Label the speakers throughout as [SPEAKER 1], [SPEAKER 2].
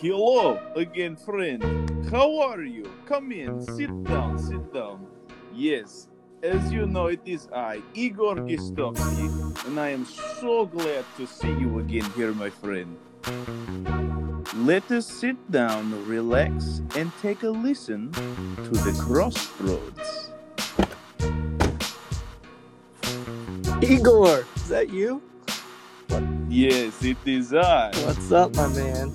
[SPEAKER 1] Hello again, friend. How are you? Come in. Sit down. Sit down. Yes, as you know, it is I, Igor Gistovsky, and I am so glad to see you again here, my friend. Let us sit down, relax, and take a listen to the crossroads.
[SPEAKER 2] Igor, is that you?
[SPEAKER 1] Yes, it is I.
[SPEAKER 2] What's up, my man?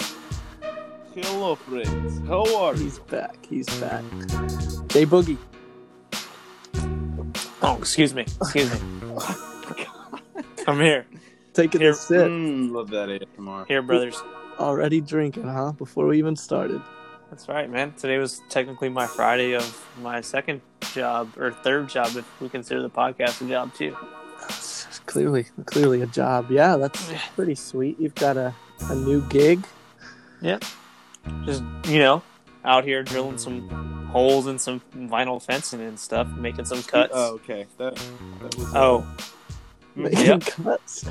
[SPEAKER 1] Hello, friends. How are you?
[SPEAKER 2] He's back. He's back. Jay Boogie.
[SPEAKER 3] Oh, excuse me. Excuse me. I'm here.
[SPEAKER 2] Taking
[SPEAKER 3] Here.
[SPEAKER 2] a sip.
[SPEAKER 1] Mm, love that ASMR.
[SPEAKER 3] Here, brothers.
[SPEAKER 2] Already drinking, huh? Before we even started.
[SPEAKER 3] That's right, man. Today was technically my Friday of my second job or third job, if we consider the podcast a job too.
[SPEAKER 2] It's just clearly, clearly a job. Yeah, that's pretty sweet. You've got a, a new gig.
[SPEAKER 3] Just you know, out here drilling some holes in some vinyl fencing and stuff, making some cuts.
[SPEAKER 1] Oh, okay. That, that was
[SPEAKER 3] Oh,
[SPEAKER 2] Making
[SPEAKER 3] Yep.
[SPEAKER 2] cuts.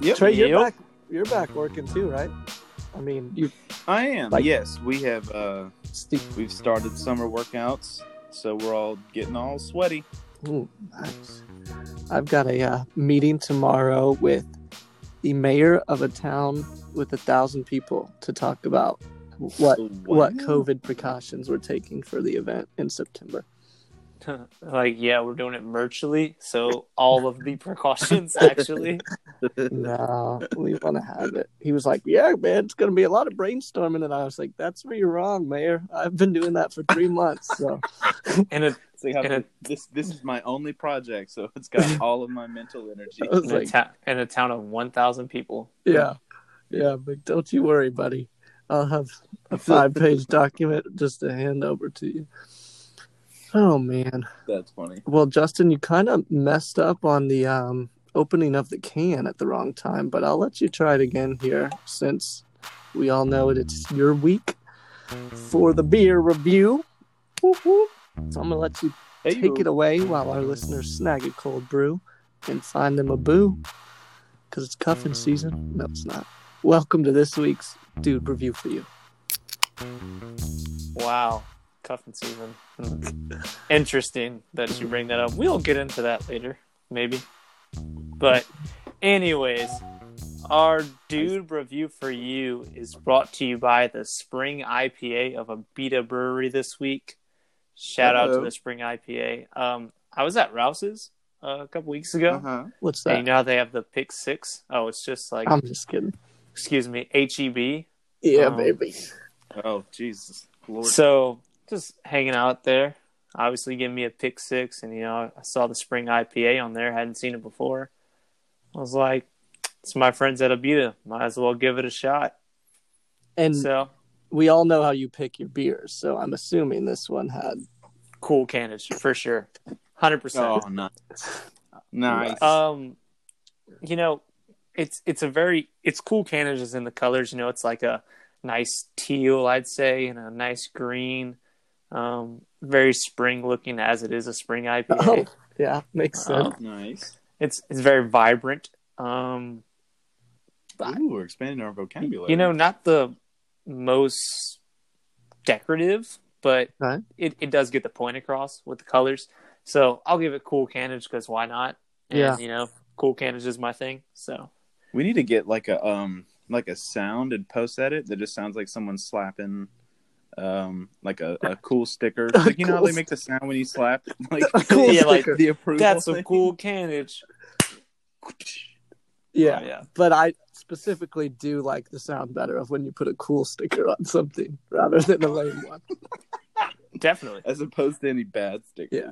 [SPEAKER 1] Yep.
[SPEAKER 2] Trey, you're
[SPEAKER 3] Yep.
[SPEAKER 2] back. You're back working too, right? I mean, you.
[SPEAKER 1] I am.
[SPEAKER 2] Like-
[SPEAKER 1] yes, we have. Uh,
[SPEAKER 2] Stu-
[SPEAKER 1] we've started summer workouts, so we're all getting all sweaty.
[SPEAKER 2] Ooh, nice. I've got a uh, meeting tomorrow with the mayor of a town with a thousand people to talk about what what COVID precautions we're taking for the event in September.
[SPEAKER 3] like yeah, we're doing it virtually, so all of the precautions actually.
[SPEAKER 2] No, we want to have it. He was like, "Yeah, man, it's going to be a lot of brainstorming," and I was like, "That's where you're wrong, Mayor. I've been doing that for three months." So
[SPEAKER 3] And it,
[SPEAKER 1] See how
[SPEAKER 3] And it-
[SPEAKER 1] this this is my only project, so it's got all of my mental energy.
[SPEAKER 2] I was
[SPEAKER 3] in, a
[SPEAKER 2] like,
[SPEAKER 3] ta- in a town of one thousand people.
[SPEAKER 2] "Yeah, yeah, but don't you worry, buddy. I'll have a five-page document just to hand over to you." Oh man.
[SPEAKER 1] That's funny.
[SPEAKER 2] Well, Justin, you kind of messed up on the um, opening of the can at the wrong time, but I'll let you try it again here since we all know it. It's your week for the beer review. Woo woo. So I'm going to let you
[SPEAKER 1] Hey,
[SPEAKER 2] take it away while our listeners snag a cold brew and find them a boo because it's cuffing season. No, it's not. Welcome to this week's Dude Review for You.
[SPEAKER 3] Wow. Cuffing season. Hmm. Interesting that you bring that up. We'll get into that later, maybe. But, anyways, our dude review for you is brought to you by the spring IPA of Abita Brewery this week. Shout out
[SPEAKER 1] Hello.
[SPEAKER 3] to the spring IPA. Um, I was at Rouse's uh, a couple weeks ago.
[SPEAKER 1] Uh-huh.
[SPEAKER 2] What's
[SPEAKER 3] And you
[SPEAKER 2] that?
[SPEAKER 3] know how they have the pick six? Oh, it's just like,
[SPEAKER 2] I'm just kidding.
[SPEAKER 3] excuse me, E HEB.
[SPEAKER 2] Yeah,
[SPEAKER 3] Um,
[SPEAKER 2] baby.
[SPEAKER 1] Oh Jesus, Lord.
[SPEAKER 3] So just hanging out there. Obviously, giving me a pick six, and you know I saw the spring IPA on there. Hadn't seen it before. I was like, "It's my friends at Abita. Might as well give it a shot."
[SPEAKER 2] And
[SPEAKER 3] So
[SPEAKER 2] we all know how you pick your beers, so I'm assuming this one had.
[SPEAKER 3] cool cannage for sure, hundred
[SPEAKER 1] oh,
[SPEAKER 3] percent.
[SPEAKER 1] nice. Nice.
[SPEAKER 3] Um, you know, it's it's a very it's cool cannage is in the colors. You know, it's like a nice teal, I'd say, and a nice green. Um, very spring looking as it is a spring IPA.
[SPEAKER 2] Oh, yeah, makes
[SPEAKER 1] Oh.
[SPEAKER 2] sense.
[SPEAKER 3] Um,
[SPEAKER 1] nice.
[SPEAKER 3] it's it's very vibrant. Um,
[SPEAKER 1] Ooh, we're expanding our vocabulary.
[SPEAKER 3] uh, you know, not the most decorative, but
[SPEAKER 2] Right.
[SPEAKER 3] it, it does get the point across with the colors. So I'll give it cool cannage because why not? And,
[SPEAKER 2] Yeah.
[SPEAKER 3] you know, cool cannage is my thing. So
[SPEAKER 1] we need to get like a um like a sound and post edit that just sounds like someone slapping um like a, a cool sticker. Like you know how
[SPEAKER 2] cool
[SPEAKER 1] they make the sound when you slap like
[SPEAKER 2] cool
[SPEAKER 3] Yeah, like-
[SPEAKER 2] sticker.
[SPEAKER 1] the approval.
[SPEAKER 3] that's some
[SPEAKER 1] thing?
[SPEAKER 3] cool cannage.
[SPEAKER 2] yeah,
[SPEAKER 3] Oh, yeah.
[SPEAKER 2] but I specifically do like the sound better of when you put a cool sticker on something rather than a lame one.
[SPEAKER 3] Definitely.
[SPEAKER 1] as opposed to any bad sticker.
[SPEAKER 2] Yeah.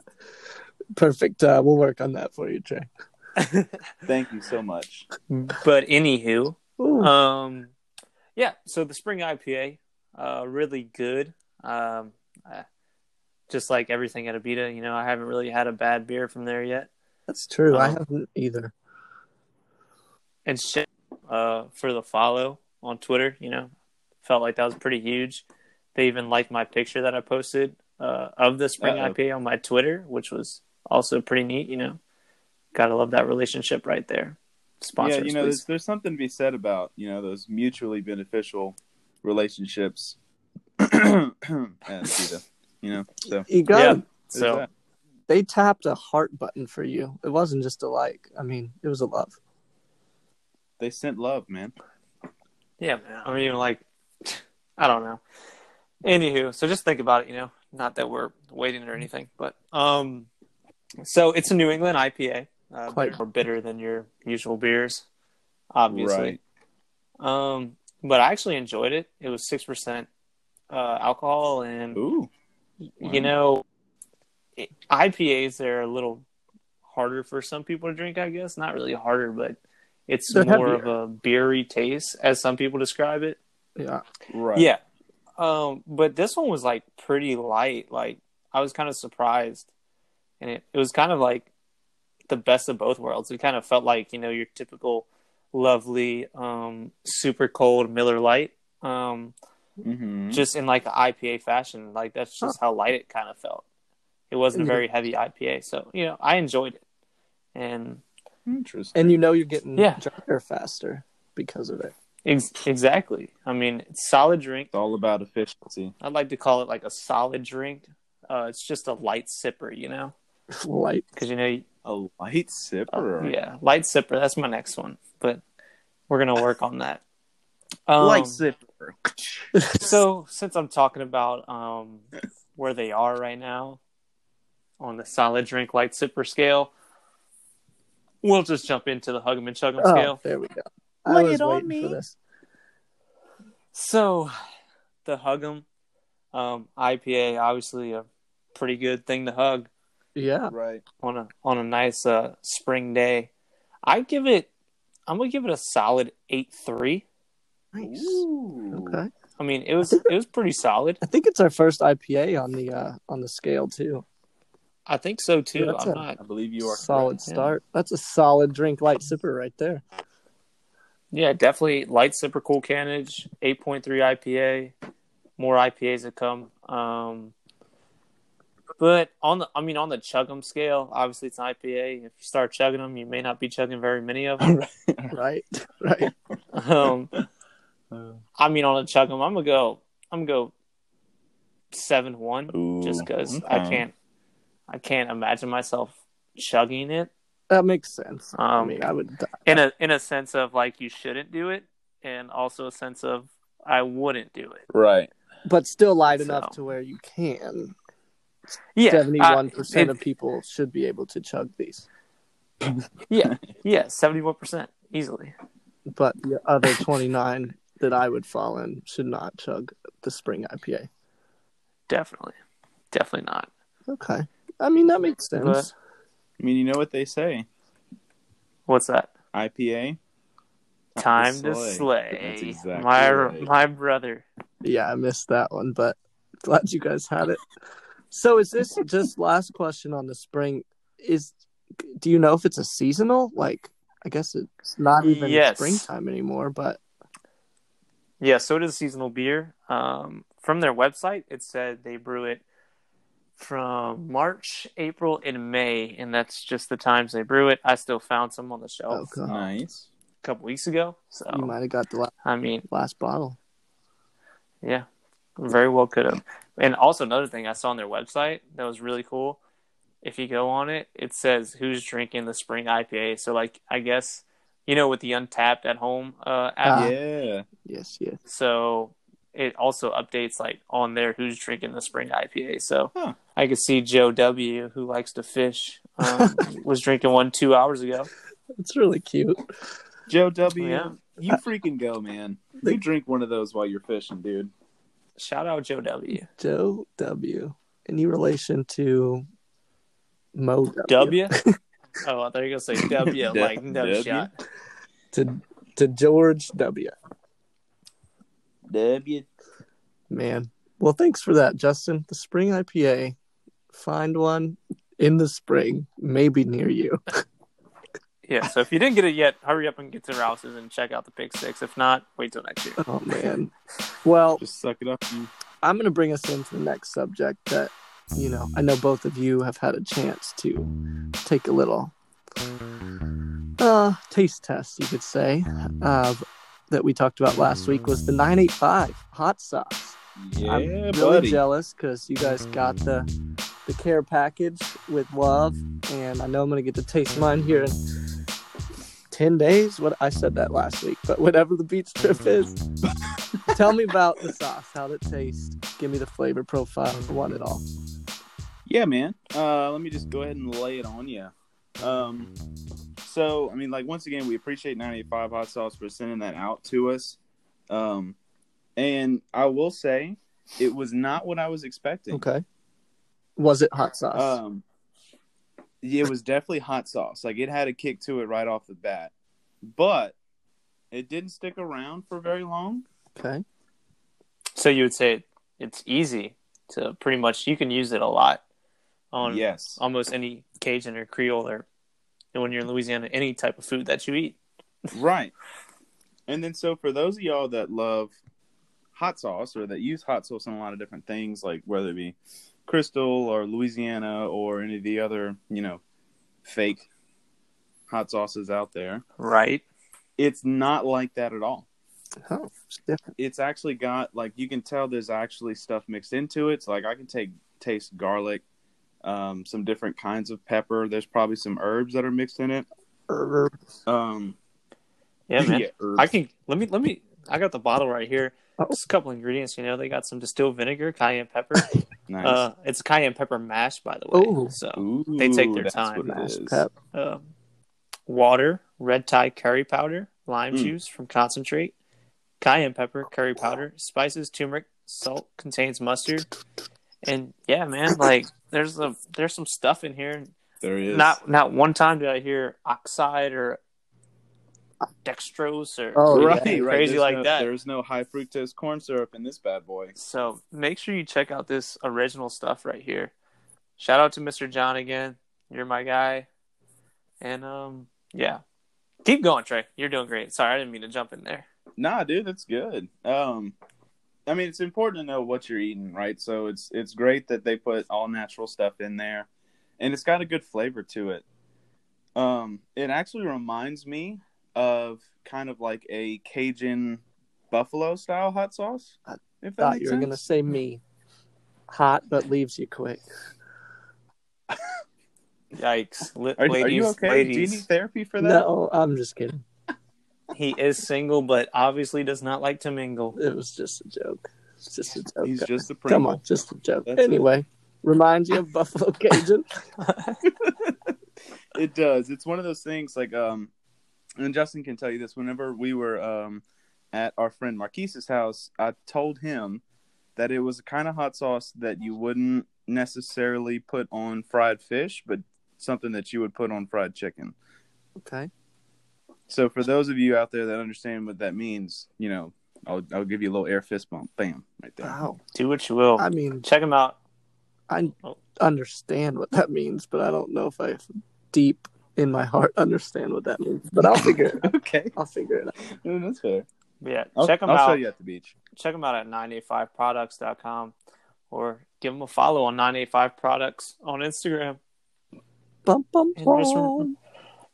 [SPEAKER 2] Perfect. Uh, we'll work on that for you, Trey.
[SPEAKER 1] Thank you so much.
[SPEAKER 3] but anywho,
[SPEAKER 2] Ooh,
[SPEAKER 1] Uh,
[SPEAKER 3] um yeah so the spring ipa uh really good um I, just like everything at abita you know i haven't really had a bad beer from there yet
[SPEAKER 2] that's true. I
[SPEAKER 3] um,
[SPEAKER 1] uh,
[SPEAKER 2] haven't either.
[SPEAKER 3] and shit uh for the follow on twitter you know felt like that was pretty huge they even liked my picture that i posted uh of the spring
[SPEAKER 1] Uh-oh.
[SPEAKER 3] ipa on my twitter which was also pretty neat you know gotta love that relationship right there sponsors
[SPEAKER 1] yeah, you know,
[SPEAKER 3] please.
[SPEAKER 1] there's, there's something to be said about you know those mutually beneficial relationships and Tita, you know. So
[SPEAKER 2] You got
[SPEAKER 3] Yeah.
[SPEAKER 2] it.
[SPEAKER 1] there's
[SPEAKER 3] So-
[SPEAKER 1] that.
[SPEAKER 2] They tapped a heart button for you. It wasn't just a like. I mean, it was a love.
[SPEAKER 1] they sent love, man.
[SPEAKER 3] Yeah, man. I mean, like, I don't know. Anywho, so just think about it. You know, not that we're waiting or anything, but um, so it's a New England IPA. Uh,
[SPEAKER 2] Quite.
[SPEAKER 3] more bitter than your usual beers, obviously.
[SPEAKER 1] Right.
[SPEAKER 3] Um, but I actually enjoyed it. It was six percent uh, alcohol, and
[SPEAKER 1] Ooh.
[SPEAKER 3] you know, it, IPAs they're a little harder for some people to drink. I guess not really harder, but it's
[SPEAKER 2] They're
[SPEAKER 3] more
[SPEAKER 2] heavier.
[SPEAKER 3] of a beery taste, as some people describe it.
[SPEAKER 2] Yeah.
[SPEAKER 1] Right.
[SPEAKER 3] Yeah. Um, but this one was like pretty light. Like I was kind of surprised. And it, it was kind of like the best of both worlds. It kind of felt like, you know, your typical lovely, um, super cold Miller Light. Um,
[SPEAKER 1] Mhm.
[SPEAKER 3] just in like the IPA fashion. Like that's just how light it kind of felt. It wasn't a
[SPEAKER 2] Yeah.
[SPEAKER 3] very heavy IPA. So, you know, I enjoyed it. And
[SPEAKER 1] Interesting.
[SPEAKER 2] And you know you're getting
[SPEAKER 3] Yeah.
[SPEAKER 2] drunker faster because of it.
[SPEAKER 3] ex- exactly. I mean, it's solid drink.
[SPEAKER 1] It's all about efficiency.
[SPEAKER 3] I'd like to call it like a solid drink. Uh, it's just a light sipper, you know,
[SPEAKER 2] Light.
[SPEAKER 3] because you know, uh,
[SPEAKER 1] A light sipper.
[SPEAKER 3] Oh, yeah, light sipper. That's my next one, but we're gonna work on that.
[SPEAKER 1] light
[SPEAKER 3] Um,
[SPEAKER 1] sipper.
[SPEAKER 3] so since I'm talking about um, where they are right now on the solid drink light sipper scale, we'll just jump into the hug 'em and chug 'em
[SPEAKER 2] Oh,
[SPEAKER 3] scale.
[SPEAKER 2] there we go. I
[SPEAKER 1] Lay
[SPEAKER 2] was
[SPEAKER 1] it on
[SPEAKER 2] waiting for
[SPEAKER 1] me.
[SPEAKER 2] this.
[SPEAKER 3] So the hug 'em um, IPA, obviously a pretty good thing to hug.
[SPEAKER 2] Yeah.
[SPEAKER 1] Right.
[SPEAKER 3] on a on a nice uh, spring day. I give it. I'm gonna give it a solid eight three. uh,
[SPEAKER 2] Nice.
[SPEAKER 1] Ooh.
[SPEAKER 2] Okay.
[SPEAKER 3] I mean, it was it was pretty solid.
[SPEAKER 2] I think it's our first IPA on the uh, on the scale too.
[SPEAKER 3] I think so too.
[SPEAKER 2] That's
[SPEAKER 3] I'm
[SPEAKER 2] a-
[SPEAKER 3] not.
[SPEAKER 1] I believe you are
[SPEAKER 2] solid
[SPEAKER 3] correct, yeah.
[SPEAKER 2] start. That's a solid drink light sipper right there.
[SPEAKER 3] Yeah, definitely light sipper, cool canage, eight point three IPA. More IPAs to come. Um, but on the, I mean, on the chug 'em scale, obviously it's an IPA. If you start chugging them, you may not be chugging very many of them.
[SPEAKER 2] Right. Right.
[SPEAKER 3] um,
[SPEAKER 1] correct.
[SPEAKER 3] I mean, on a chug 'em, I'm gonna go. I'm gonna go seven one.
[SPEAKER 1] Ooh,
[SPEAKER 3] just because I
[SPEAKER 1] okay.
[SPEAKER 3] can't I can't imagine myself chugging it
[SPEAKER 2] That makes sense. I
[SPEAKER 3] Um,
[SPEAKER 2] mean, I would.
[SPEAKER 3] in a in a sense of like you shouldn't do it, and also a sense of I wouldn't do it.
[SPEAKER 1] Right.
[SPEAKER 2] But still light
[SPEAKER 3] So.
[SPEAKER 2] enough to where you can.
[SPEAKER 3] Yeah, uh,
[SPEAKER 2] Seventy-one percent
[SPEAKER 3] I-
[SPEAKER 2] of people should be able to chug these,
[SPEAKER 3] it- yeah, seventy one percent easily.
[SPEAKER 2] but the other twenty-nine that I would fall in should not chug the spring IPA.
[SPEAKER 3] Definitely, definitely not.
[SPEAKER 2] Okay. I mean, that makes sense.
[SPEAKER 1] I mean, you know what they say.
[SPEAKER 3] What's that?
[SPEAKER 1] IPA.
[SPEAKER 3] Time to
[SPEAKER 1] slay.
[SPEAKER 3] slay,
[SPEAKER 1] That's exactly
[SPEAKER 3] my
[SPEAKER 1] right.
[SPEAKER 3] my brother.
[SPEAKER 2] Yeah, I missed that one, but glad you guys had it. So, is this just last question on the spring? Is do you know if it's a seasonal? Like, I guess it's not even
[SPEAKER 3] Yes.
[SPEAKER 2] springtime anymore, but
[SPEAKER 3] Yeah, so it is a seasonal beer. Um, from their website, it said they brew it from March, April, and May, and that's just the times they brew it. I still found some on the
[SPEAKER 2] oh
[SPEAKER 3] shelf
[SPEAKER 2] god,
[SPEAKER 1] Nice.
[SPEAKER 3] a couple weeks ago. So
[SPEAKER 2] you might have got the last,
[SPEAKER 3] I mean,
[SPEAKER 2] last bottle.
[SPEAKER 3] yeah, very well could have. And also another thing I saw on their website that was really cool. If you go on it, it says who's drinking the spring IPA. So like, I guess you know with the Untapped at Home uh, app,
[SPEAKER 2] Ah.
[SPEAKER 1] yeah.
[SPEAKER 2] Yes, yes.
[SPEAKER 3] so it also updates like on there who's drinking the spring IPA. So
[SPEAKER 1] Huh.
[SPEAKER 3] I could see Joe W, who likes to fish, um, was drinking one two hours ago.
[SPEAKER 2] It's really cute.
[SPEAKER 1] Joe W.
[SPEAKER 3] Oh, Yeah.
[SPEAKER 1] You freaking go, man.
[SPEAKER 2] They-
[SPEAKER 1] You drink one of those while you're fishing, dude.
[SPEAKER 3] Shout out Joe W.
[SPEAKER 2] Joe W. Any relation to Mo W?
[SPEAKER 3] W. oh, I thought you were gonna say W,
[SPEAKER 1] D-
[SPEAKER 3] like no
[SPEAKER 1] W?
[SPEAKER 3] shot.
[SPEAKER 2] to to George W.
[SPEAKER 1] W.
[SPEAKER 2] Man, well, thanks for that, Justin. The spring IPA. Find one in the spring, maybe near you.
[SPEAKER 3] Yeah. So if you didn't get it yet, hurry up and get to Rouse's and check out the Pick Six. If not, wait till next year.
[SPEAKER 2] Oh man. Well,
[SPEAKER 1] Just suck it up. You
[SPEAKER 2] I'm going to bring us into the next subject that, you know, I know both of you have had a chance to take a little uh, taste test, you could say, of that we talked about last week was the 985 hot sauce.
[SPEAKER 1] Yeah,
[SPEAKER 2] I'm really
[SPEAKER 1] buddy.
[SPEAKER 2] jealous because you guys got the the care package with love, and I know I'm gonna get to taste mine here in ten days. What I said that last week, but whatever the beach trip is, tell me about the sauce, how it tastes. Give me the flavor profile, I want it all.
[SPEAKER 1] Yeah, man. Uh, let me just go ahead and lay it on you. Um, so, I mean, like, once again, we appreciate 985 Hot Sauce for sending that out to us. Um, and I will say, it was not what I was expecting.
[SPEAKER 2] Okay. Was it hot sauce?
[SPEAKER 1] Um, yeah, it was definitely hot sauce. Like, it had a kick to it right off the bat. But it didn't stick around for very long.
[SPEAKER 2] okay.
[SPEAKER 3] So you would say it's easy to pretty much you can use it a lot on
[SPEAKER 1] yes.
[SPEAKER 3] almost any Cajun or Creole or and when you're in Louisiana, any type of food that you eat.
[SPEAKER 1] Right. And then so for those of y'all that love hot sauce or that use hot sauce on a lot of different things, like whether it be Crystal or Louisiana or any of the other, you know, fake hot sauces out there,
[SPEAKER 3] Right.
[SPEAKER 1] it's not like that at all.
[SPEAKER 2] Oh, it's different.
[SPEAKER 1] It's actually got like you can tell there's actually stuff mixed into it. So like I can take taste garlic, um, some different kinds of pepper. There's probably some herbs that are mixed in it.
[SPEAKER 2] Err,
[SPEAKER 1] Um,
[SPEAKER 3] Yeah, man.
[SPEAKER 1] herbs.
[SPEAKER 3] I uh, can let me let me I got the bottle right here.
[SPEAKER 2] Oh.
[SPEAKER 3] Just a couple ingredients, you know. They got some distilled vinegar, cayenne pepper.
[SPEAKER 1] Nice.
[SPEAKER 3] uh it's cayenne pepper mash by the way.
[SPEAKER 2] Oh.
[SPEAKER 3] So
[SPEAKER 1] Ooh,
[SPEAKER 3] take their
[SPEAKER 1] that's
[SPEAKER 3] time.
[SPEAKER 1] what it
[SPEAKER 2] mashed
[SPEAKER 1] is.
[SPEAKER 2] pep.
[SPEAKER 3] um, water, red Thai curry powder, lime
[SPEAKER 1] Mm.
[SPEAKER 3] juice from concentrate, cayenne pepper, curry powder, spices, turmeric, salt, contains mustard, and yeah, man, like there's a there's some stuff in here.
[SPEAKER 1] There is
[SPEAKER 3] Not not one time did I hear oxide or dextrose or
[SPEAKER 2] Oh,
[SPEAKER 1] right,
[SPEAKER 2] yeah.
[SPEAKER 1] right.
[SPEAKER 3] crazy
[SPEAKER 1] There's
[SPEAKER 3] like
[SPEAKER 1] no-
[SPEAKER 3] that.
[SPEAKER 1] There's no high fructose corn syrup in this bad boy.
[SPEAKER 3] So make sure you check out this original stuff right here. Shout out to Mr. John again. You're my guy. And um yeah. Keep going, Trey. You're doing great. Sorry, I didn't mean to jump in there.
[SPEAKER 1] Nah, dude, that's good. Um, I mean, it's important to know what you're eating, right? So it's it's great that they put all natural stuff in there, and it's got a good flavor to it. Um, it actually reminds me of kind of like a Cajun buffalo style hot sauce.
[SPEAKER 2] I
[SPEAKER 1] If that
[SPEAKER 2] Thought
[SPEAKER 1] makes
[SPEAKER 2] you were
[SPEAKER 1] sense.
[SPEAKER 2] gonna say me. Hot but leaves you quick.
[SPEAKER 3] Yikes. Li-
[SPEAKER 1] Are,
[SPEAKER 3] ladies,
[SPEAKER 1] are you okay? Do you need
[SPEAKER 3] ladies.
[SPEAKER 1] therapy for that?
[SPEAKER 2] No, I'm just kidding.
[SPEAKER 3] He is single but obviously does not like to mingle.
[SPEAKER 2] It was just a joke. It's just a joke.
[SPEAKER 1] He's just a
[SPEAKER 2] Come
[SPEAKER 1] Pringle.
[SPEAKER 2] on, just a joke.
[SPEAKER 1] That's it.
[SPEAKER 2] anyway, reminds you of Buffalo Cajun.
[SPEAKER 1] it does it's one of those things like um and justin can tell you this whenever we were um at our friend marquise's house i told him that it was the kind of hot sauce that you wouldn't necessarily put on fried fish but something that you would put on fried chicken
[SPEAKER 2] Okay.
[SPEAKER 1] so for those of you out there that understand what that means you know i'll, I'll give you a little air fist bump bam right there
[SPEAKER 2] Wow.
[SPEAKER 3] Do what you will.
[SPEAKER 2] I mean,
[SPEAKER 3] Check him out.
[SPEAKER 2] I
[SPEAKER 3] Oh.
[SPEAKER 2] understand what that means, but I don't know if I deep in my heart understand what that means. But I'll figure it. Out.
[SPEAKER 1] okay
[SPEAKER 2] I'll figure it out.
[SPEAKER 1] that's fair
[SPEAKER 3] Yeah,
[SPEAKER 1] I'll,
[SPEAKER 3] check him
[SPEAKER 1] I'll show
[SPEAKER 3] out.
[SPEAKER 1] you at the beach
[SPEAKER 3] check them out at 985products.com or give them a follow on 985products on Instagram.
[SPEAKER 2] Bum bum
[SPEAKER 3] And just
[SPEAKER 2] bum.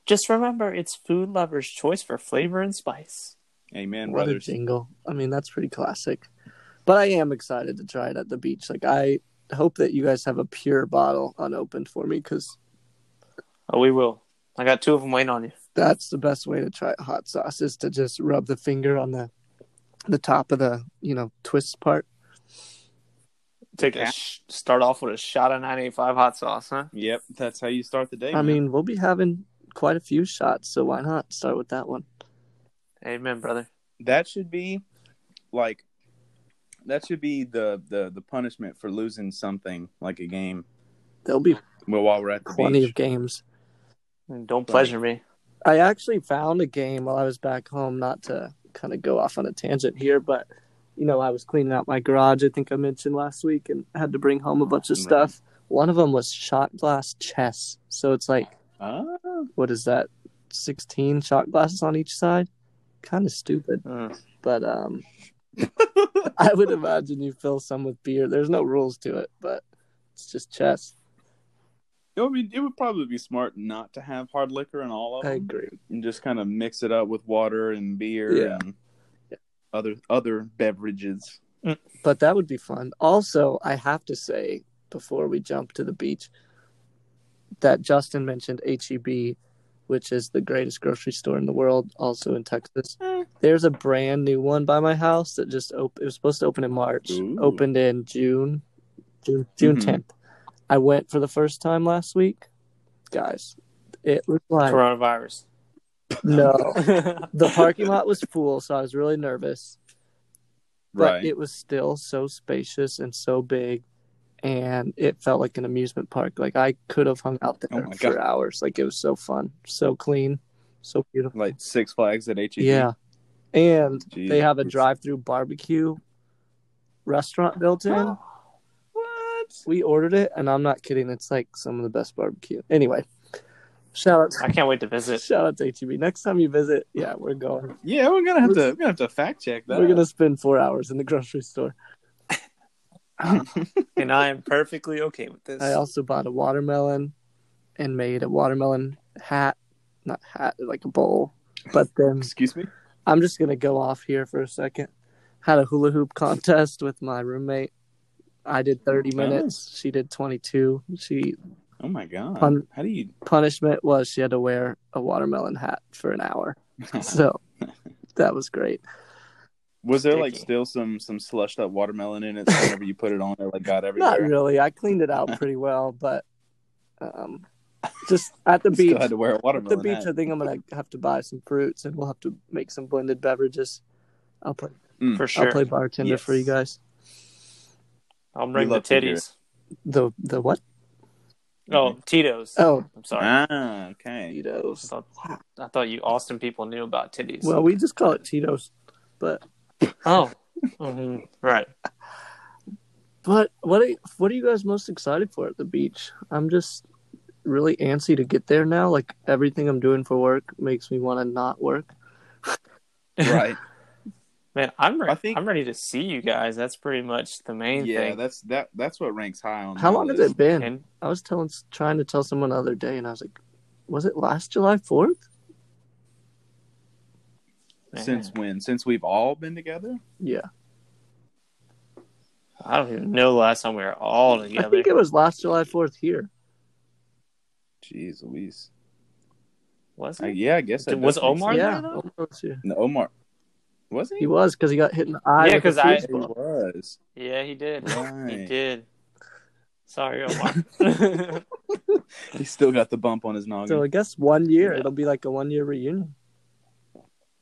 [SPEAKER 3] Just remember, it's food lovers' choice for flavor and spice.
[SPEAKER 1] amen
[SPEAKER 2] What a
[SPEAKER 1] brothers
[SPEAKER 2] jingle. I mean, that's pretty classic. But I am excited to try it at the beach. Like I hope that you guys have a pure bottle unopened for me because
[SPEAKER 3] Oh, we will. I got two of them waiting on you.
[SPEAKER 2] that's the best way to try hot sauce is to just rub the finger on the the top of the you know twist part.
[SPEAKER 3] Take a sh- start off with a shot of 985 hot sauce, huh?
[SPEAKER 1] yep that's how you start the day
[SPEAKER 2] I
[SPEAKER 1] man.
[SPEAKER 2] mean, we'll be having quite a few shots, so why not start with that one?
[SPEAKER 3] Amen, brother.
[SPEAKER 1] that should be like that should be the the the punishment for losing something like a game
[SPEAKER 2] There'll be
[SPEAKER 1] well while we're at the
[SPEAKER 2] plenty
[SPEAKER 1] beach
[SPEAKER 2] of games.
[SPEAKER 3] And don't pleasure me.
[SPEAKER 2] I actually found a game while I was back home, not to kind of go off on a tangent here, but you know, I was cleaning out my garage, I think I mentioned last week, and had to bring home a bunch of
[SPEAKER 1] Right.
[SPEAKER 2] stuff. One of them was shot glass chess. So it's like,
[SPEAKER 1] Ah,
[SPEAKER 2] what is that? 16 shot glasses on each side? Kind of stupid.
[SPEAKER 3] Mm.
[SPEAKER 2] but um I would imagine you fill some with beer. There's no rules to it, but it's just chess.
[SPEAKER 1] it would be it would probably be smart not to have hard liquor in all of
[SPEAKER 2] I
[SPEAKER 1] them
[SPEAKER 2] agree.
[SPEAKER 1] and just kind of mix it up with water and beer
[SPEAKER 2] Yeah.
[SPEAKER 1] and other other beverages.
[SPEAKER 2] but that would be fun. Also, I have to say before we jump to the beach that Justin mentioned HEB, which is the greatest grocery store in the world, also in Texas. There's a brand new one by my house that just op- it was supposed to open in March,
[SPEAKER 1] Ooh.
[SPEAKER 2] opened in June, June June
[SPEAKER 1] Mhm.
[SPEAKER 2] 10th. I went for the first time last week, guys. It was like
[SPEAKER 3] Coronavirus.
[SPEAKER 2] no. The parking lot was full, so I was really nervous but
[SPEAKER 1] right.
[SPEAKER 2] it was still so spacious and so big and it felt like an amusement park like i could have hung out
[SPEAKER 1] Oh
[SPEAKER 2] there
[SPEAKER 1] my
[SPEAKER 2] for
[SPEAKER 1] God.
[SPEAKER 2] hours like it was so fun so clean so beautiful
[SPEAKER 1] like Six Flags at E HEB.
[SPEAKER 2] yeah and
[SPEAKER 1] Jeez.
[SPEAKER 2] they have a drive-through barbecue restaurant built in
[SPEAKER 1] What?
[SPEAKER 2] we ordered it and i'm not kidding it's like some of the best barbecue anyway shout out
[SPEAKER 3] I can't wait to visit.
[SPEAKER 2] shout out to HEB. next time you visit yeah we're going
[SPEAKER 1] Yeah, we're gonna have to we're gonna have to fact check that.
[SPEAKER 2] we're gonna spend four hours in the grocery store
[SPEAKER 3] And I am perfectly okay with this.
[SPEAKER 2] I also bought a watermelon and made a watermelon hat, not hat, like a bowl. But then
[SPEAKER 1] Excuse me.
[SPEAKER 2] I'm just gonna go off here for a second. Had a hula hoop contest with my roommate. I did 30 minutes. She did 22. She
[SPEAKER 1] Oh my god.
[SPEAKER 2] Um,
[SPEAKER 1] How do you?
[SPEAKER 2] punishment was she had to wear a watermelon hat for an hour. So that was great.
[SPEAKER 1] Was there like
[SPEAKER 3] Sticky.
[SPEAKER 1] still some some slushed up watermelon in it? So whenever you put it on, it like got
[SPEAKER 2] Not
[SPEAKER 1] everywhere.
[SPEAKER 2] really. I cleaned it out pretty well, but um, just at the
[SPEAKER 1] Still
[SPEAKER 2] beach.
[SPEAKER 1] had to wear a
[SPEAKER 2] At the
[SPEAKER 1] watermelon.
[SPEAKER 2] beach, I
[SPEAKER 1] hat.
[SPEAKER 2] think I'm gonna have to buy some fruits, and we'll have to make some blended beverages. I'll play.
[SPEAKER 3] for
[SPEAKER 2] I'll
[SPEAKER 3] sure.
[SPEAKER 2] play bartender
[SPEAKER 1] Yes.
[SPEAKER 2] for you guys.
[SPEAKER 3] I'll
[SPEAKER 1] We
[SPEAKER 3] bring the
[SPEAKER 1] love to hear
[SPEAKER 3] titties.
[SPEAKER 2] The the what?
[SPEAKER 3] Oh, Tito's.
[SPEAKER 2] Oh,
[SPEAKER 3] I'm sorry.
[SPEAKER 1] Ah, okay.
[SPEAKER 3] I
[SPEAKER 2] Tito's.
[SPEAKER 3] thought, I thought you Austin people knew about titties.
[SPEAKER 2] Well, we just call it Tito's, but
[SPEAKER 3] oh, Mhm. right.
[SPEAKER 2] but what are, what are you guys most excited for at the beach? I'm just really antsy to get there now. Like everything I'm doing for work makes me want to not work.
[SPEAKER 1] Right.
[SPEAKER 3] Man, I'm re-
[SPEAKER 1] I think-
[SPEAKER 3] I'm ready to see you guys. That's pretty much the main
[SPEAKER 1] yeah,
[SPEAKER 3] thing.
[SPEAKER 1] that's that. That's what ranks high on.
[SPEAKER 2] How
[SPEAKER 1] my
[SPEAKER 2] long has
[SPEAKER 1] list.
[SPEAKER 2] it been?
[SPEAKER 3] and
[SPEAKER 2] I was telling trying to tell someone the other day, and I was like, was it last July Fourth?
[SPEAKER 1] Since when? Since we've all been together?
[SPEAKER 2] Yeah,
[SPEAKER 3] I don't even know the last time we were all together.
[SPEAKER 2] I think it was last July Fourth here.
[SPEAKER 1] Jeez Louise.
[SPEAKER 3] was
[SPEAKER 1] I,
[SPEAKER 3] it?
[SPEAKER 1] yeah, I guess that
[SPEAKER 3] Did- was
[SPEAKER 1] does make
[SPEAKER 3] Omar
[SPEAKER 1] sense.
[SPEAKER 3] there,
[SPEAKER 2] yeah,
[SPEAKER 3] though?
[SPEAKER 2] almost here.
[SPEAKER 1] No, Omar. Was he?
[SPEAKER 2] He was because he got hit in the eye.
[SPEAKER 3] Yeah,
[SPEAKER 2] with a
[SPEAKER 3] 'cause I-
[SPEAKER 1] He
[SPEAKER 2] foosball.
[SPEAKER 1] was.
[SPEAKER 3] Yeah, he did. He
[SPEAKER 1] Right.
[SPEAKER 3] did. Sorry, Omar.
[SPEAKER 1] He still got the bump on his noggin.
[SPEAKER 2] So I guess one year
[SPEAKER 3] Yeah.
[SPEAKER 2] it'll be like a one year reunion.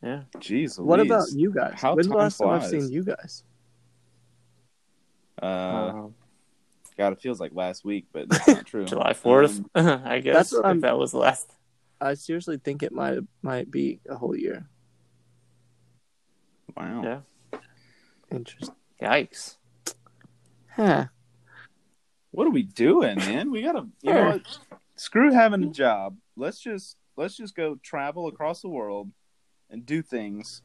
[SPEAKER 1] Jeez Louise.
[SPEAKER 2] What about you guys?
[SPEAKER 1] How
[SPEAKER 2] When's the
[SPEAKER 1] time
[SPEAKER 2] last time I've
[SPEAKER 1] flies.
[SPEAKER 2] seen you guys?
[SPEAKER 1] Uh,
[SPEAKER 3] Um,
[SPEAKER 1] God, it feels like last week, but that's not true.
[SPEAKER 3] July fourth,
[SPEAKER 1] Um,
[SPEAKER 3] I guess.
[SPEAKER 2] that's what
[SPEAKER 3] if
[SPEAKER 2] I'm-
[SPEAKER 3] that was the last.
[SPEAKER 2] I seriously think it might might be a whole year.
[SPEAKER 1] wow.
[SPEAKER 3] Yeah.
[SPEAKER 2] Interesting.
[SPEAKER 3] Yikes.
[SPEAKER 2] Huh.
[SPEAKER 1] What are we doing, man? We gotta. You know what? Screw having a job. Let's just let's just go travel across the world and do things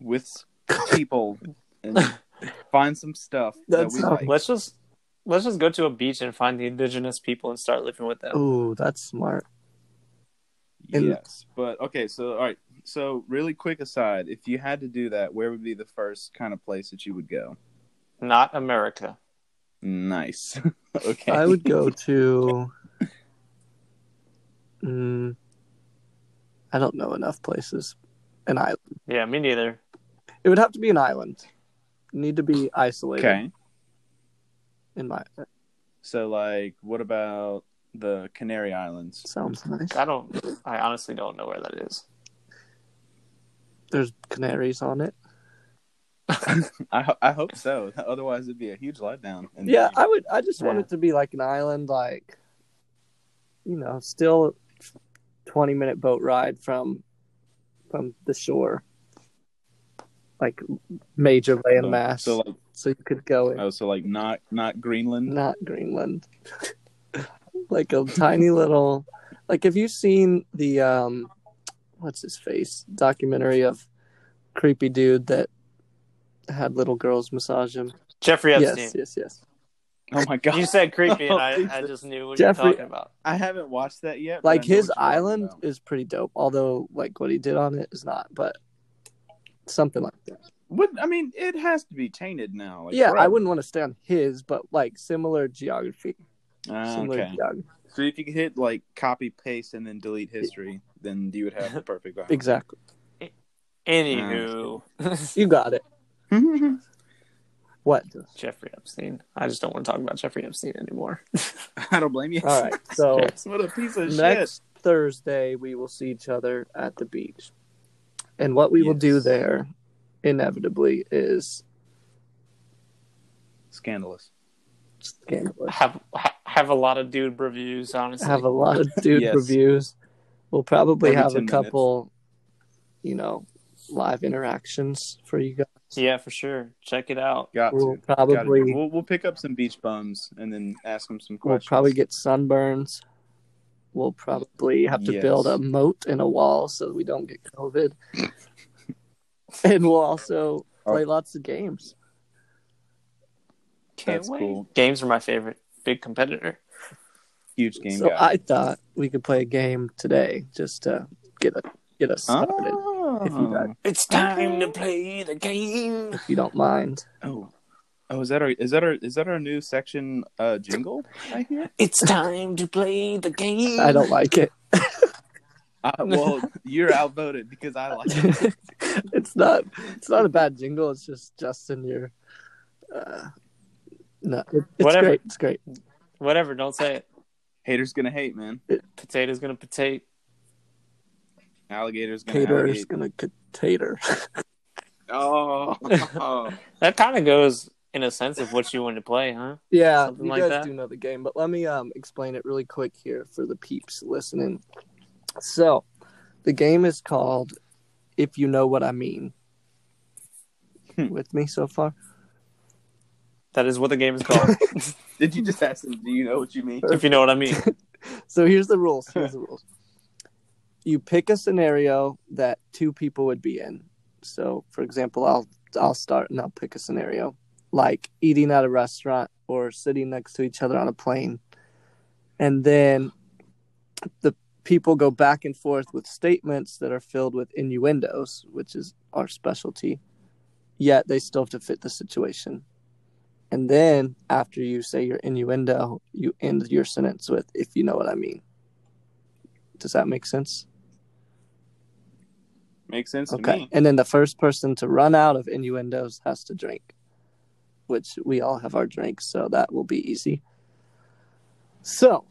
[SPEAKER 1] with people and find some stuff
[SPEAKER 2] That's
[SPEAKER 1] that we
[SPEAKER 2] how-
[SPEAKER 1] like.
[SPEAKER 3] Let's just let's just go to a beach and find the indigenous people and start living with them.
[SPEAKER 2] Oh, that's smart. And-
[SPEAKER 1] yes, but okay. So, all right. So, really quick aside, if you had to do that, where would be the first kind of place that you would go?
[SPEAKER 3] Not America.
[SPEAKER 1] Nice. okay.
[SPEAKER 2] I would go to. Mm, I don't know enough places. An island.
[SPEAKER 3] Yeah, me neither.
[SPEAKER 2] It would have to be an island. Need to be isolated.
[SPEAKER 1] Okay.
[SPEAKER 2] In my
[SPEAKER 1] So, like, what about the Canary Islands?
[SPEAKER 2] sounds nice.
[SPEAKER 3] I don't. I honestly don't know where that is.
[SPEAKER 2] There's canaries on it.
[SPEAKER 1] I ho- I hope so. Otherwise, it'd be a huge letdown. And
[SPEAKER 2] Yeah, I would. I just want
[SPEAKER 3] Yeah.
[SPEAKER 2] it to be like an island, like you know, still twenty minute boat ride from from the shore, like major landmass.
[SPEAKER 1] So,
[SPEAKER 2] So,
[SPEAKER 1] like,
[SPEAKER 2] you could go in,
[SPEAKER 1] oh, so like not not Greenland.
[SPEAKER 2] not Greenland, like a tiny little, like have you seen the um, what's his face documentary of creepy dude that had little girls massage him?
[SPEAKER 3] Jeffrey Epstein.
[SPEAKER 2] Yes, yes, yes.
[SPEAKER 1] Oh my god,
[SPEAKER 3] You said creepy, and I, I
[SPEAKER 1] Jesus.
[SPEAKER 3] just knew what
[SPEAKER 2] Jeffrey-
[SPEAKER 3] you're talking about.
[SPEAKER 1] I haven't watched that yet. but I
[SPEAKER 2] like
[SPEAKER 1] know
[SPEAKER 2] his
[SPEAKER 1] what you're talking
[SPEAKER 2] island
[SPEAKER 1] about.
[SPEAKER 2] is pretty dope although like what he did on it is not but something like that.
[SPEAKER 1] What I mean, it has to be tainted now. like,
[SPEAKER 2] yeah, I
[SPEAKER 1] forever.
[SPEAKER 2] wouldn't want to stay on his, but like similar geography.
[SPEAKER 1] Ah,
[SPEAKER 2] Similar
[SPEAKER 1] okay.
[SPEAKER 2] geography.
[SPEAKER 1] So if you could hit like copy paste and then delete history, then you would have the perfect Bible.
[SPEAKER 2] Exactly.
[SPEAKER 3] Anywho,
[SPEAKER 2] You got it. What?
[SPEAKER 3] Jeffrey Epstein. I just don't want to talk about Jeffrey Epstein anymore.
[SPEAKER 1] I don't blame you.
[SPEAKER 2] All right.
[SPEAKER 3] Oh.
[SPEAKER 2] So
[SPEAKER 1] what a piece of shit.
[SPEAKER 2] next Thursday we will see each other at the beach. And what we will do
[SPEAKER 1] Yes.
[SPEAKER 2] there inevitably is
[SPEAKER 1] Scandalous.
[SPEAKER 2] scandalous.
[SPEAKER 3] Have ha- have a lot of dude reviews. Honestly,
[SPEAKER 2] Have a lot of dude
[SPEAKER 1] Yes.
[SPEAKER 2] reviews. We'll probably
[SPEAKER 1] Every
[SPEAKER 2] have a
[SPEAKER 1] 10 minutes.
[SPEAKER 2] couple, you know, live interactions for you guys.
[SPEAKER 3] yeah, for sure. Check it out.
[SPEAKER 1] Got
[SPEAKER 2] We'll
[SPEAKER 1] to. Gotta do-
[SPEAKER 2] probably
[SPEAKER 1] We'll, we'll pick up some beach bums and then ask them some
[SPEAKER 2] we'll
[SPEAKER 1] questions.
[SPEAKER 2] probably get sunburns. We'll probably have to
[SPEAKER 1] Yes.
[SPEAKER 2] build a moat and a wall so we don't get COVID. and we'll also
[SPEAKER 1] Oh.
[SPEAKER 2] play lots of games.
[SPEAKER 3] Can't
[SPEAKER 1] That's
[SPEAKER 3] wait.
[SPEAKER 1] cool.
[SPEAKER 3] Games are my favorite. Big competitor.
[SPEAKER 1] huge game
[SPEAKER 2] so
[SPEAKER 1] guy.
[SPEAKER 2] I thought we could play a game today just to get a, get us started. if you
[SPEAKER 1] Oh.
[SPEAKER 2] guys-
[SPEAKER 3] It's
[SPEAKER 1] time to
[SPEAKER 3] play the game.
[SPEAKER 2] If you don't mind,
[SPEAKER 1] oh. Oh, is that our is that our is that our new section uh jingle I hear?
[SPEAKER 3] It's time to play the game.
[SPEAKER 2] I don't like it.
[SPEAKER 1] Uh, well, you're outvoted because I like it.
[SPEAKER 2] it's not it's not a bad jingle. It's just Justin. You're uh, no. It, it's
[SPEAKER 3] Whatever.
[SPEAKER 2] great. It's great.
[SPEAKER 3] Whatever. Don't say it.
[SPEAKER 1] Haters gonna hate, man.
[SPEAKER 3] Potato's gonna potato.
[SPEAKER 1] Alligators gonna
[SPEAKER 2] Tater is
[SPEAKER 1] alligate.
[SPEAKER 2] gonna c- tater.
[SPEAKER 1] Oh,
[SPEAKER 3] That kind of goes in a sense of what you want to play, huh?
[SPEAKER 2] Yeah,
[SPEAKER 3] Something
[SPEAKER 2] you
[SPEAKER 3] like
[SPEAKER 2] guys
[SPEAKER 3] that.
[SPEAKER 2] do know the game, but let me um explain it really quick here for the peeps listening. So, the game is called "If You Know What I Mean."
[SPEAKER 1] Hmm.
[SPEAKER 2] With me so far,
[SPEAKER 3] That is what the game is called.
[SPEAKER 1] did you just ask them? Do you know what you mean?
[SPEAKER 3] if you know what I mean.
[SPEAKER 2] so here's the rules. Here's the rules. You pick a scenario that two people would be in. So, for example, I'll I'll start and I'll pick a scenario like eating at a restaurant or sitting next to each other on a plane, and then the people go back and forth with statements that are filled with innuendos, which is our specialty. Yet they still have to fit the situation. And then after you say your innuendo, you end your sentence with, if you know what I mean. Does that make sense?
[SPEAKER 1] Makes sense to
[SPEAKER 2] Okay.
[SPEAKER 1] me.
[SPEAKER 2] And then the first person to run out of innuendos has to drink, which we all have our drinks, so that will be easy. So,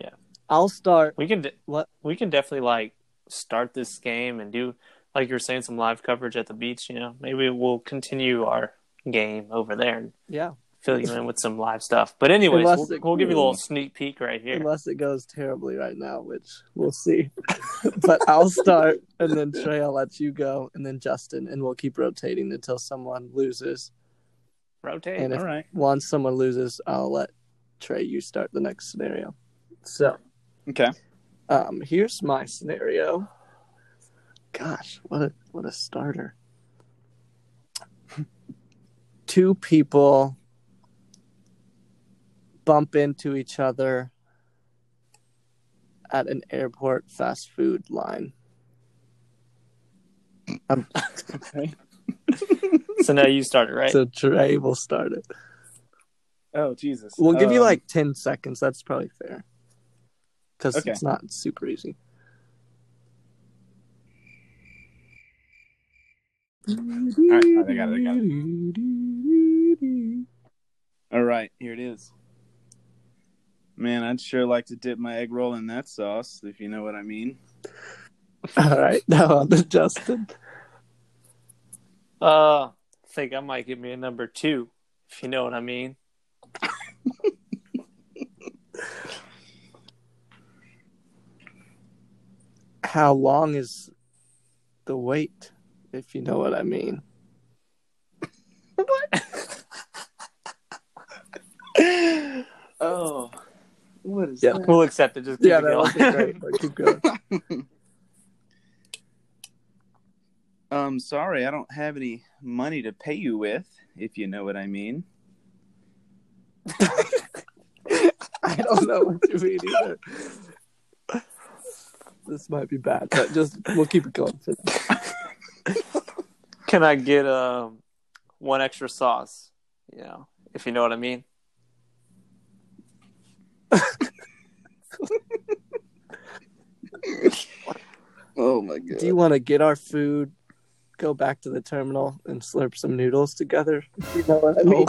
[SPEAKER 3] Yeah.
[SPEAKER 2] I'll start.
[SPEAKER 3] We can de-
[SPEAKER 2] What?
[SPEAKER 3] we can definitely like start this game and do like you were saying some live coverage at the beach. You know, maybe we'll continue our game over there and
[SPEAKER 2] Yeah.
[SPEAKER 3] fill you in with some live stuff. But anyways,
[SPEAKER 2] Unless
[SPEAKER 3] we'll,
[SPEAKER 2] it-
[SPEAKER 3] we'll give you a little sneak peek right here.
[SPEAKER 2] Unless it goes terribly right now, which we'll see. but I'll start, and then Trey, I'll let you go, and then Justin, and we'll keep rotating until someone loses.
[SPEAKER 3] Rotate.
[SPEAKER 2] And if-
[SPEAKER 1] All right.
[SPEAKER 2] once someone loses, I'll let Trey you start the next scenario. So
[SPEAKER 1] Okay.
[SPEAKER 2] um, here's my scenario. Gosh, what a what a starter. Two people bump into each other at an airport fast food line.
[SPEAKER 3] so now you start it, right?
[SPEAKER 2] So Trey will start it.
[SPEAKER 1] Oh Jesus.
[SPEAKER 2] We'll give you
[SPEAKER 1] Um,
[SPEAKER 2] like ten seconds. That's probably fair. Because
[SPEAKER 1] Okay.
[SPEAKER 2] it's not super easy.
[SPEAKER 1] right, I got it, I got All right, here it is. Man, I'd sure like to dip my egg roll in that sauce, if you know what I mean.
[SPEAKER 2] All right, now on to Justin.
[SPEAKER 3] uh, I think I might give me a number two, if you know what I mean.
[SPEAKER 2] How long is the wait? If you know what I mean.
[SPEAKER 1] Oh, what is
[SPEAKER 2] Yeah.
[SPEAKER 3] We'll accept it. Just keep it going.
[SPEAKER 2] Keep going.
[SPEAKER 1] Um, sorry, I don't have any money to pay you with, if you know what I mean.
[SPEAKER 2] I don't know what you mean either. This might be bad, but just we'll keep it going. For now.
[SPEAKER 3] Can I get um one extra sauce? You know, if you know what I mean.
[SPEAKER 1] Oh my god.
[SPEAKER 2] Do you want to get our food, go back to the terminal, and slurp some noodles together? Oh. You know what I mean?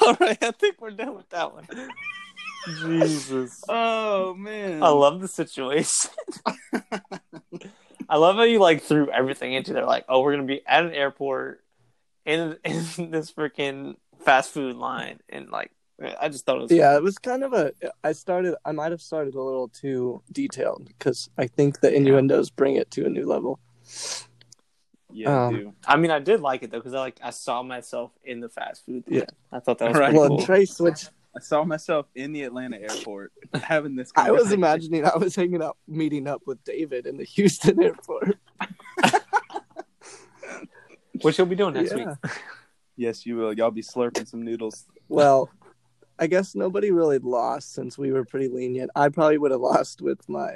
[SPEAKER 3] All right, I think we're done with that one. Jesus.
[SPEAKER 1] oh man.
[SPEAKER 3] I love the situation. I love how you like threw everything into there. Like, oh, we're gonna be at an airport in in this freaking fast food line, and like, I just thought it was
[SPEAKER 2] yeah, it was kind of a. I started. I might have started a little too detailed because I think the innuendos bring it to a new level.
[SPEAKER 1] yeah,
[SPEAKER 2] um,
[SPEAKER 1] dude.
[SPEAKER 3] I mean, I did like it though because I like I saw myself in the fast food. line.
[SPEAKER 2] Yeah.
[SPEAKER 3] I thought that was
[SPEAKER 1] Right.
[SPEAKER 3] pretty
[SPEAKER 2] well,
[SPEAKER 3] cool.
[SPEAKER 2] Trey switched.
[SPEAKER 1] I saw myself in the Atlanta airport having this.
[SPEAKER 2] I was
[SPEAKER 1] conversation.
[SPEAKER 2] imagining I was hanging out, meeting up with David in the Houston airport.
[SPEAKER 3] Which you'll be doing next
[SPEAKER 2] Yeah.
[SPEAKER 3] week.
[SPEAKER 1] Yes, you will. Y'all be slurping some noodles.
[SPEAKER 2] Well, I guess nobody really lost since we were pretty lenient. I probably would have lost with my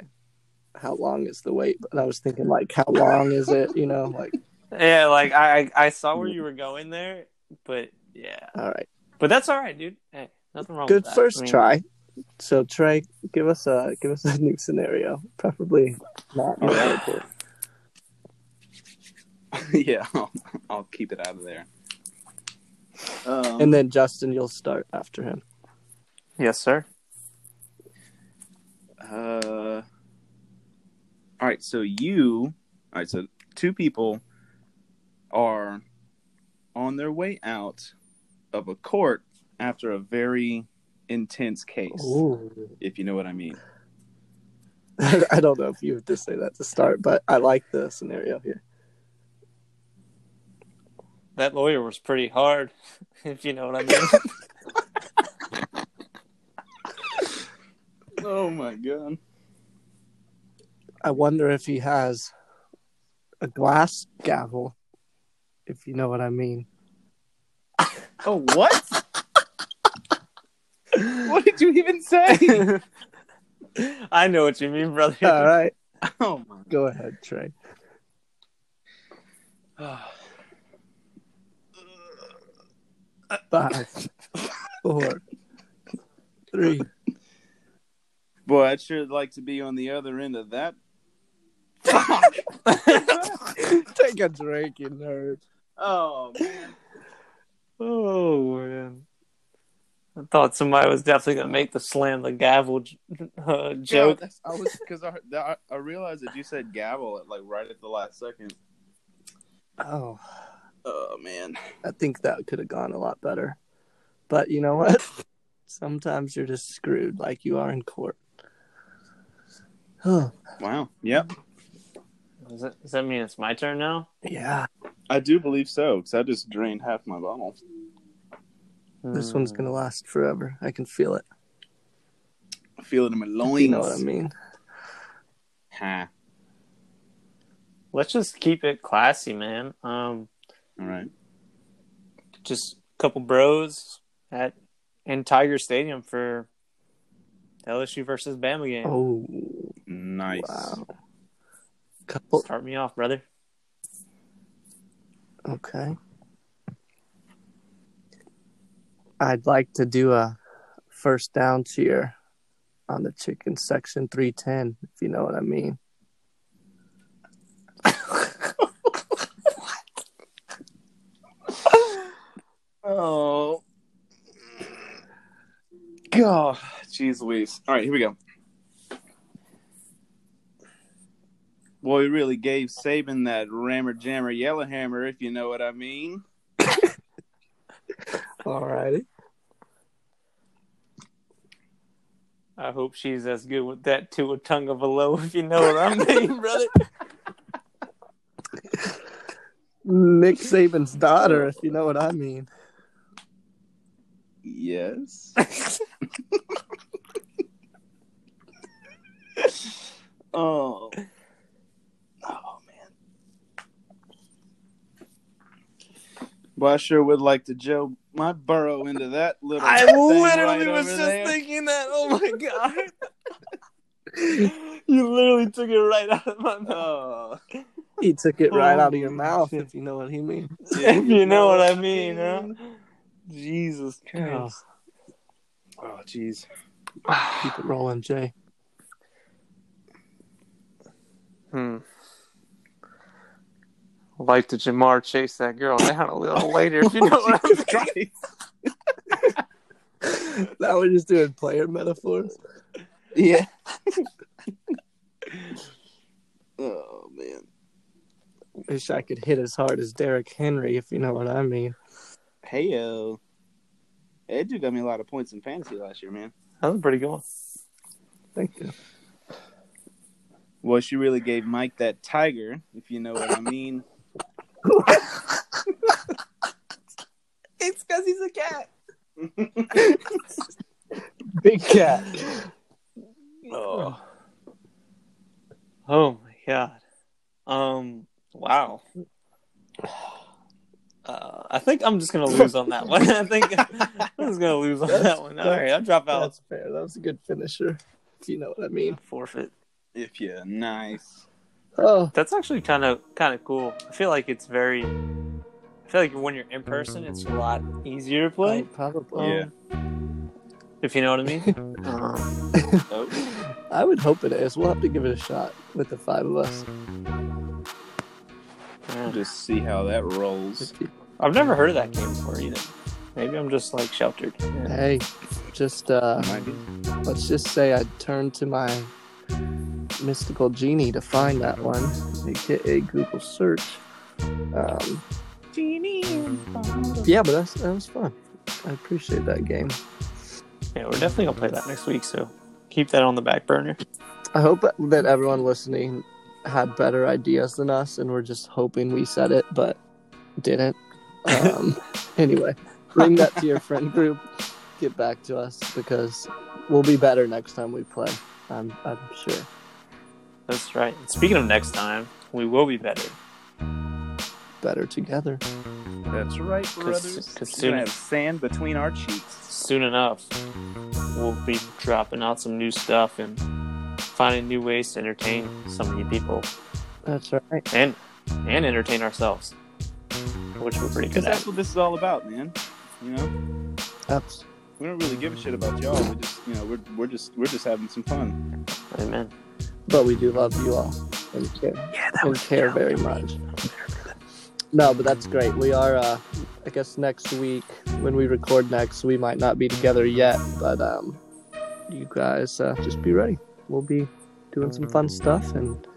[SPEAKER 2] how long is the wait, but I was thinking like how long is it? You know, like
[SPEAKER 3] Yeah, like I I I saw where you were going there, but yeah,
[SPEAKER 2] all right,
[SPEAKER 3] but that's all right, dude. Hey, nothing wrong.
[SPEAKER 2] good
[SPEAKER 3] with that.
[SPEAKER 2] first
[SPEAKER 3] I mean,
[SPEAKER 2] try. So Trey, give us a give us a new scenario, preferably not. in the airport.
[SPEAKER 1] yeah, I'll, I'll keep it out of there. Um,
[SPEAKER 2] And then Justin, you'll start after him.
[SPEAKER 3] Yes, sir.
[SPEAKER 1] Uh, all right, so you, all right, so two people are on their way out of a court after a very intense case, if you know what I mean.
[SPEAKER 2] I don't know if you have to say that to start, but I like the scenario here.
[SPEAKER 3] That lawyer was pretty hard, if you know what I mean.
[SPEAKER 1] Oh my god.
[SPEAKER 2] I wonder if he has a glass gavel, if you know what I mean.
[SPEAKER 1] Oh, what? what did you even say?
[SPEAKER 3] I know what you mean, brother.
[SPEAKER 2] All right,
[SPEAKER 1] oh my
[SPEAKER 2] go ahead, Trey. Five, four, three.
[SPEAKER 1] Boy, I'd sure like to be on the other end of that.
[SPEAKER 2] Take a drink, you nerd.
[SPEAKER 1] Oh man.
[SPEAKER 3] oh man, I thought somebody was definitely gonna make the slam the gavel j- uh,
[SPEAKER 1] Yeah,
[SPEAKER 3] joke.
[SPEAKER 1] that's- I was because I, I I realized that you said gavel at like right at the last second.
[SPEAKER 2] Oh,
[SPEAKER 1] Oh man.
[SPEAKER 2] I think that could have gone a lot better. But you know what? Sometimes you're just screwed, like you are in court. Huh.
[SPEAKER 1] Wow. Yep.
[SPEAKER 3] Does, that, does that mean it's my turn now?
[SPEAKER 2] Yeah,
[SPEAKER 1] I do believe so because I just drained half my bottle.
[SPEAKER 2] this
[SPEAKER 3] Hmm.
[SPEAKER 2] one's gonna last forever. I can feel it.
[SPEAKER 1] I feel it in my loins.
[SPEAKER 2] You know what I mean?
[SPEAKER 1] Ha.
[SPEAKER 3] Let's just keep it classy, man. Um,
[SPEAKER 1] All right.
[SPEAKER 3] just a couple bros at in Tiger Stadium for the LSU versus Bama game.
[SPEAKER 2] Oh,
[SPEAKER 1] Nice.
[SPEAKER 2] wow. Couple.
[SPEAKER 3] Start me off, brother.
[SPEAKER 2] Okay. I'd like to do a first down cheer on the chicken section 310, if you know what I mean.
[SPEAKER 1] Oh. God. Jeez Louise. All right, here we go. Boy, we really gave Saban that rammer jammer yellow hammer, if you know what I mean.
[SPEAKER 2] All righty.
[SPEAKER 3] I hope she's as good with that to a tongue of a low, if you know what I mean, brother.
[SPEAKER 2] Nick Saban's daughter, if you know what I mean.
[SPEAKER 1] Yes. Oh. Oh man. Well, I sure would like to Joe my burrow into that little.
[SPEAKER 3] I
[SPEAKER 1] thing
[SPEAKER 3] literally
[SPEAKER 1] right
[SPEAKER 3] was
[SPEAKER 1] over
[SPEAKER 3] just
[SPEAKER 1] there.
[SPEAKER 3] thinking that. Oh my god. you literally took it right out of my mouth.
[SPEAKER 1] Oh.
[SPEAKER 2] He took it right out of your
[SPEAKER 3] Holy
[SPEAKER 2] mouth,
[SPEAKER 3] Oh, shit.
[SPEAKER 2] if you know what he means.
[SPEAKER 3] if you know what I mean, huh? Jesus
[SPEAKER 2] Oh,
[SPEAKER 3] Christ. Oh, jeez.
[SPEAKER 2] keep it rolling, Jay.
[SPEAKER 3] Hmm. I'd Like to Jamar chase that girl down a little later, if you know what I mean.
[SPEAKER 2] Now we're just doing player metaphors.
[SPEAKER 3] Yeah.
[SPEAKER 1] Oh man.
[SPEAKER 2] Wish I could hit as hard as Derrick Henry, if you know what I mean.
[SPEAKER 1] Hey yo. Ed, you got me a lot of points in fantasy last year, man.
[SPEAKER 3] That was a pretty good one.
[SPEAKER 2] Thank you.
[SPEAKER 1] Well, she really gave Mike that tiger, if you know what I mean.
[SPEAKER 3] It's because he's a cat.
[SPEAKER 2] Big cat.
[SPEAKER 3] Oh. Oh my god. Um. Wow. Uh, I think I'm just gonna lose on that one. I think I'm just gonna lose on that one. All right, I'll drop out.
[SPEAKER 2] That's fair. That was a good finisher, if you know what I mean.
[SPEAKER 3] Forfeit.
[SPEAKER 1] if you're nice.
[SPEAKER 2] Oh,
[SPEAKER 3] That's actually kind of kind of cool. I feel like it's very. I feel like when you're in person, it's a lot easier to play.
[SPEAKER 2] probably.
[SPEAKER 1] Yeah.
[SPEAKER 3] If you know what I mean.
[SPEAKER 1] Oh.
[SPEAKER 2] I would hope it is. We'll have to give it a shot with the five of us.
[SPEAKER 1] We'll
[SPEAKER 3] Yeah.
[SPEAKER 1] just see how that rolls.
[SPEAKER 3] I've never heard of that game before either. Maybe I'm just like sheltered. Yeah.
[SPEAKER 2] Hey, just uh,
[SPEAKER 1] Might be.
[SPEAKER 2] let's just say I turned to my mystical genie to find that one, aka Google search. Um, yeah, but that's, that was fun. I appreciate that game.
[SPEAKER 3] Yeah, we're definitely gonna play that next week. So keep that on the back burner.
[SPEAKER 2] I hope that everyone listening had better ideas than us, and we're just hoping we said it, but didn't. Um, anyway, bring that to your friend group. Get back to us because we'll be better next time we play. I'm, I'm sure.
[SPEAKER 3] That's right. And speaking of next time, we will be better
[SPEAKER 2] Better together.
[SPEAKER 1] That's right, brothers.
[SPEAKER 3] Cause
[SPEAKER 1] We're
[SPEAKER 3] soon,
[SPEAKER 1] gonna have sand between our cheeks.
[SPEAKER 3] soon enough, we'll be dropping out some new stuff and finding new ways to entertain some of you people
[SPEAKER 2] That's right.
[SPEAKER 3] and and entertain ourselves, which we're pretty
[SPEAKER 1] Because
[SPEAKER 3] good at.
[SPEAKER 1] that's what this is all about, man. You know,
[SPEAKER 2] That's
[SPEAKER 1] we don't really give a shit about y'all. We just, you know, we're we're just we're just having some fun.
[SPEAKER 3] Amen.
[SPEAKER 2] but we do love you all and care, and care very much. No, but that's great. We are, uh, I guess, next week when we record next, we might not be together yet, but um, you guys uh, just be ready. We'll be doing some fun stuff, and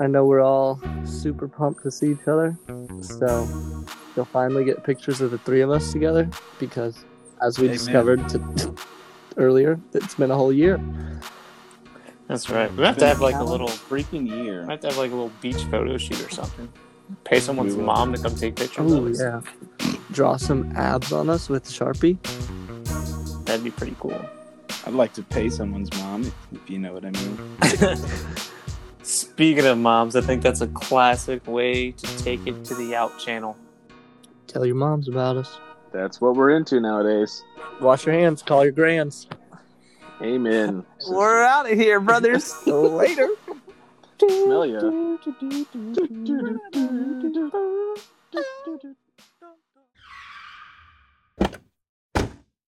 [SPEAKER 2] I know we're all super pumped to see each other. So you'll finally get pictures of the three of us together because, as we
[SPEAKER 1] Amen.
[SPEAKER 2] discovered to, earlier, it's been a whole year.
[SPEAKER 3] That's right. We have to have like a little.
[SPEAKER 1] Freaking year.
[SPEAKER 3] We have to have like a little beach photo shoot or something. Pay someone's
[SPEAKER 1] We will.
[SPEAKER 3] mom to come take pictures
[SPEAKER 2] Oh
[SPEAKER 3] of us.
[SPEAKER 2] yeah. Draw some abs on us with Sharpie.
[SPEAKER 3] That'd be pretty cool.
[SPEAKER 1] I'd like to pay someone's mom, if, if you know what I mean.
[SPEAKER 3] Speaking of moms, I think that's a classic way to take it to the out channel.
[SPEAKER 2] Tell your moms about us.
[SPEAKER 4] That's what we're into nowadays.
[SPEAKER 2] Wash your hands. Call your grands.
[SPEAKER 4] Amen.
[SPEAKER 3] out of here, brothers.
[SPEAKER 2] Later.
[SPEAKER 4] Smell ya.